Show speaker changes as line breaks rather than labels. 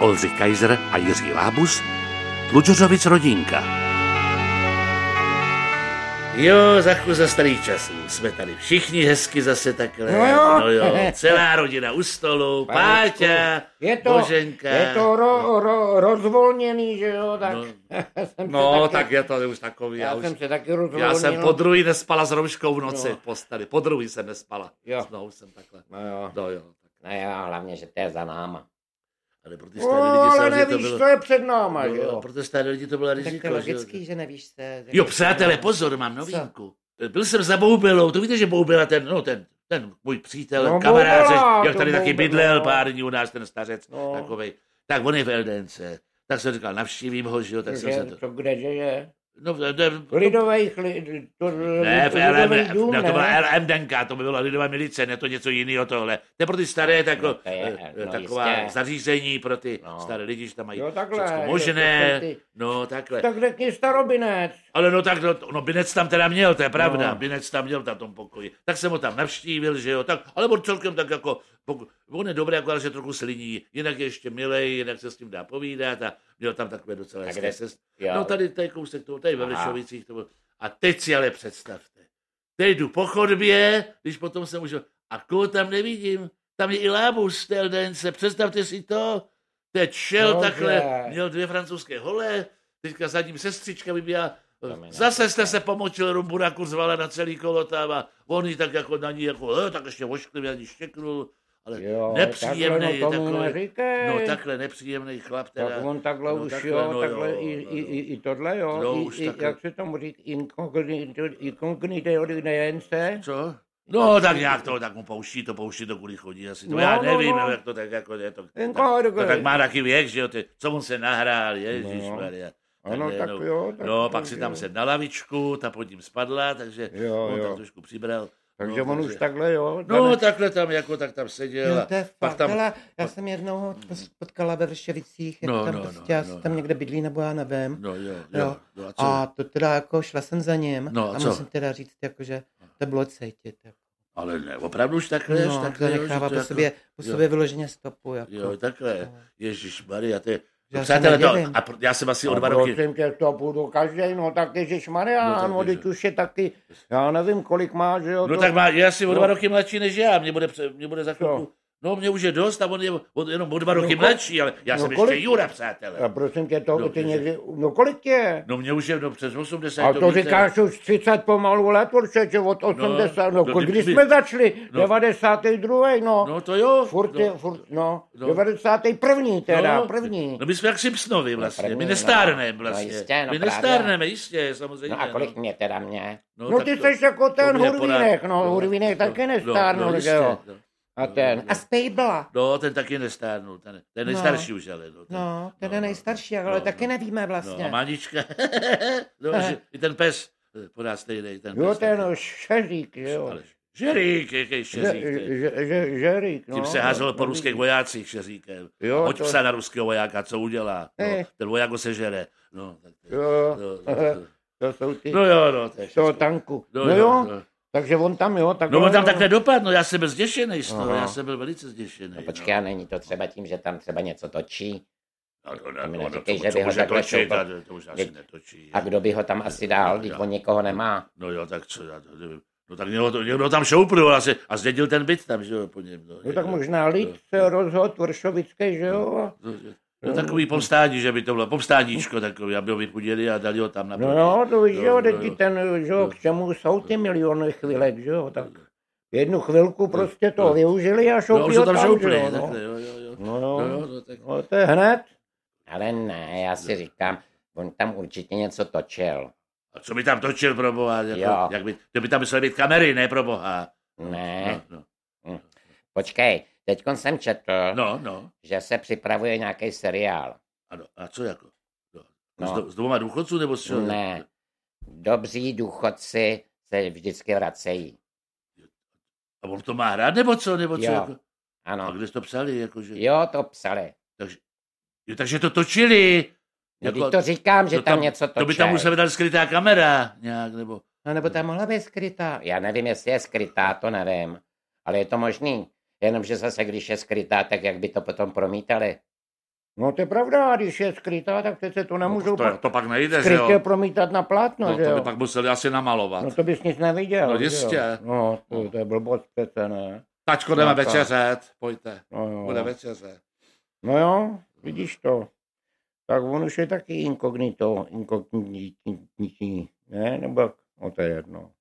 Oldřich Kaiser a Jiří Lábus, Tlučořovic rodinka.
Jo, zachu za starých časů. Jsme tady všichni hezky zase takhle.
No jo.
no jo. Celá rodina u stolu.
Panečku,
Páťa,
Je to,
Boženka.
je to ro, ro, rozvolněný, že jo, tak
No.
jsem
No,
se taky,
tak je to už takový.
já,
Já, už,
jsem se taky rozvolnil.
já jsem po druhý nespala s Romškou v noci
No.
v posteli. Po druhý jsem nespala.
Jo.
No, už jsem takhle.
No jo,
No jo.
no jo, hlavně, že to je za náma.
Ale pro ty
O,
staré lidi
ale
samozřejmě to
nevíš,
bylo...
co je před náma, že
No,
jo.
pro ty staré lidi to bylo
Tak to
riziko.
je
že jo.
logický, že nevíš se.
Jo, přátelé, pozor, mám novinku. Byl jsem za Boubelou, to víte, že Boubela, ten, no, ten, ten můj přítel,
No,
no, kamarád,
Boubela,
řeš, jak
to
tady taky
Boubela.
bydlel pár dní u nás, ten stařec,
No.
no. takovej. Tak on je v LDNC. Tak jsem říkal, navštívím ho, že jo, tak jsem se
Že,
to...
to kde, že je?
No, ne, ne,
V lidových, li, to,
ne, v
lidový
LM,
dům,
ne, to
ne?
byla LM Denka, to by byla Lidová milice, ne to něco jiného tohle. To je pro ty staré tako,
No, to je,
eh, eh,
no,
taková
jistě.
zařízení pro ty
No.
staré lidi, že tam mají
Jo, takhle,
všechno
jo, to
možné.
jsou ty-
No, takhle.
Tak řekni starobinec.
Ale no tak, no, to- no Binec tam teda měl, to je pravda,
No.
no. Binec tam měl na tom pokoji. Tak jsem ho tam navštívil, že jo, tak, ale on celkem tak jako, poku, on je dobrý, akorát, že trochu sliní, jinak je ještě milej, jinak se s ním dá povídat a měl tam takové docela
Tak
hezké
kde-
sest...
jo.
No tady, tady kousek toho, tady ve
Aha.
Vršovicích to bylo. A teď si ale představte, teď jdu po chodbě, když potom jsem už, a koho tam nevidím, tam je i Lábus z té LDNce, představte si to, teď šel
Nože.
takhle, měl dvě francouzské hole, teďka za ním sestřička vybíjela,
Znamená,
Zase jste
tak.
se pomočil rumburaku zvala na celý kolotám a on jí tak jako na ní jako, e, tak ještě ošklivě ani štěknul, ale
Jo,
nepříjemný
takhle, no, to mi
je takový,
neříkej.
no takhle nepříjemný chlap teda.
Tak on takhle
no,
už,
takhle,
jo,
no,
takhle
jo,
i,
no,
i,
jo.
i, i tohle, jo,
No,
i,
už
i,
takhle.
jak se tomu říká, inkognito, inkognito odinence.
Co? No, tak nějak to, tak mu pouští to, pouští to, kudy chodí asi. To
No,
já
no,
nevím,
no.
no, jak to tak jako je. To,
Jen
tak,
kohodu,
to,
kohodu.
tak má taky věk, že jo, ty, co on se nahrál, ježíš
No.
Maria.
Ano, tak jo, tak
no,
to
pak
už
si
je.
tam sedl na lavičku, ta pod ním spadla, takže
Jo,
on
jo.
tak trošku přibral.
Takže
no,
on už takhle, jo.
No, takhle tam, jako tak tam seděl.
Jo,
a
to je
pak tam,
tam... Já jsem jednou potkala ve Vršovicích, jak
No,
tam
no,
prostě,
no,
já
no,
jsem
no.
tam někde bydlí, nebo já nevím.
No, jo,
Jo.
jo. No, a co?
A to teda jako šla jsem za ním
No, a
a
co?
musím teda říct, jako, že to bylo cítit. Jako.
Ale ne, opravdu už takhle,
No,
tak
to nechává po sobě, po
jo.
sobě vyloženě stopu. Jako.
jako- Jo, takhle. Ježíš Maria, to je... No,
Já se
Přátelé, to,
nedivím.
a pro- já jsem asi o
No,
dva roky...
Prosím tě, to půjdu každý, no tak Ježíš
No,
Maria,
tak
no, teď
ježiš.
už je taky, já nevím, kolik má, že jo.
No
to-
tak má, je asi o dva
No.
roky mladší než já, mě bude, pře- mě bude za chvilku. No, mě už je dost a on je on jenom o dva roky
kol-
mladší, ale já
no,
jsem
kolik-
ještě Jura, přátelé.
A prosím tě, to,
No,
ty
ježiš.
někdy, no kolik tě je?
No mě už je no, přes 80.
A to
víte.
říkáš už 30 pomalu let určitě, od 80,
no,
no, no když
kdyby-
jsme začali,
no.
92, no,
No to jo.
furt,
no,
je, furt, no,
no.
91. teda, první.
No my jsme jak Simpsonovi vlastně,
první,
my
no.
nestárneme
No,
vlastně.
jistě, no
my
právě.
nestárneme, jistě, samozřejmě.
No a kolik mě teda mě? No,
No,
no
tak
ty
to-
jsi jako ten
to mě
Hurvínek,
porád-
no, Hurvínek taky nestárnul, že jo?
jistě, no.
A ten, a Spejbla.
No, ten taky nestárnul, ten, ten nejstarší už ale. No, ten,
No, ten je nejstarší, ale
no,
taky
no.
nevíme
No, a
vlastně.
Manička, no, že, i ten pes eh, podá stejný, ten
Jo,
pes.
ten
taky.
Šeřík, jo.
Ale Žerík, jaký šeřík. to je.
Že- že- že- Žeřík, no.
Tím se házel po
no,
ruských
vidíš.
vojácích šeříkem.
Jo,
Hoď
to-
psa na ruského vojáka, co udělá. No,
Eh.
ten voják ho sežere. No, tak, to-
Jo,
no, no,
to jsou ty
no jo, no, to je
z toho
všechno.
tanku.
No
No
jo,
jo,
no.
takže on tam, jo, tak
No
jo,
on tam
jo.
takhle dopadl, no já jsem byl zděšený z toho,
Aha.
já jsem byl velice zděšený. No,
Počkej, a není to třeba tím, že tam třeba něco točí?
No, no, no,
to mi
no,
neříkej,
co-
že
co
by ho
může
takhle
točit,
šoupal.
a to už asi
Vždyť-
netočí.
A kdo by ho tam asi dál, když on někoho nemá?
No jo, tak co já to nevím. No tak někdo, to, někdo tam šoupnul asi a zdědil ten byt tam, že jo, po něm. No,
No tak
někdo.
možná lid se rozhodl vršovický, že jo?
No, no, takový povstání, že by to bylo povstáníčko takový, aby ho vypudili a dali ho tam
No
naproti.
jo, to víš,
No,
že jo,
no,
teď
jo.
ti ten, že jo, k čemu jsou ty miliony chvilek, že jo, tak jednu chvilku prostě to
No.
využili a
No,
šoupli
už
ho
ho
tam,
tam
že
šoupli,
jo, no.
takhle, jo, jo, jo.
No jo,
No, jo, no, tak.
no to je hned.
Ale ne, já si říkám, on tam určitě něco točil.
A co by tam točil pro boha?
Jo.
Jako, jak by, to by tam musely být kamery, ne pro boha.
Ne,
No, no,
počkej, teď jsem četl,
no. no.
že se připravuje nějaký seriál.
Ano, a co jako? No.
No.
S, do, s dvoma důchodců nebo s čeho?
Ne, dobří důchodci se vždycky vracejí.
A on to má hrát, nebo co? Nebo co
Jo.
jako?
No.
A
Ano,
kde jsi to psali? Jako, že...
jo, to psali.
Jo, takže to točili.
No, teď to říkám, že
Jako- to
tam něco
To by tam musela
točil.
být skrytá kamera nějak, nebo...
No nebo tam mohla být skrytá.
Já nevím, jestli je skrytá, to nevím, ale je to možný. Jenomže zase, když je skrytá, tak jak by to potom promítali?
No to je pravda, když je skrytá, tak přece to nemůžou
No, to, to pak nejde, že jo?
skrytě promítat na plátno,
No,
že
to
jo?
by pak museli asi namalovat.
No to bys nic neviděl.
No
že jo?
jistě.
No, to, to je blbost přece, ne?
Tačko, jdeme
No, tak.
večeřet, pojďte,
No jo.
bude večeře.
No jo, vidíš to. Tak on už je taky inkognito, inkognitní, ne? Nebo jak? no to je jedno.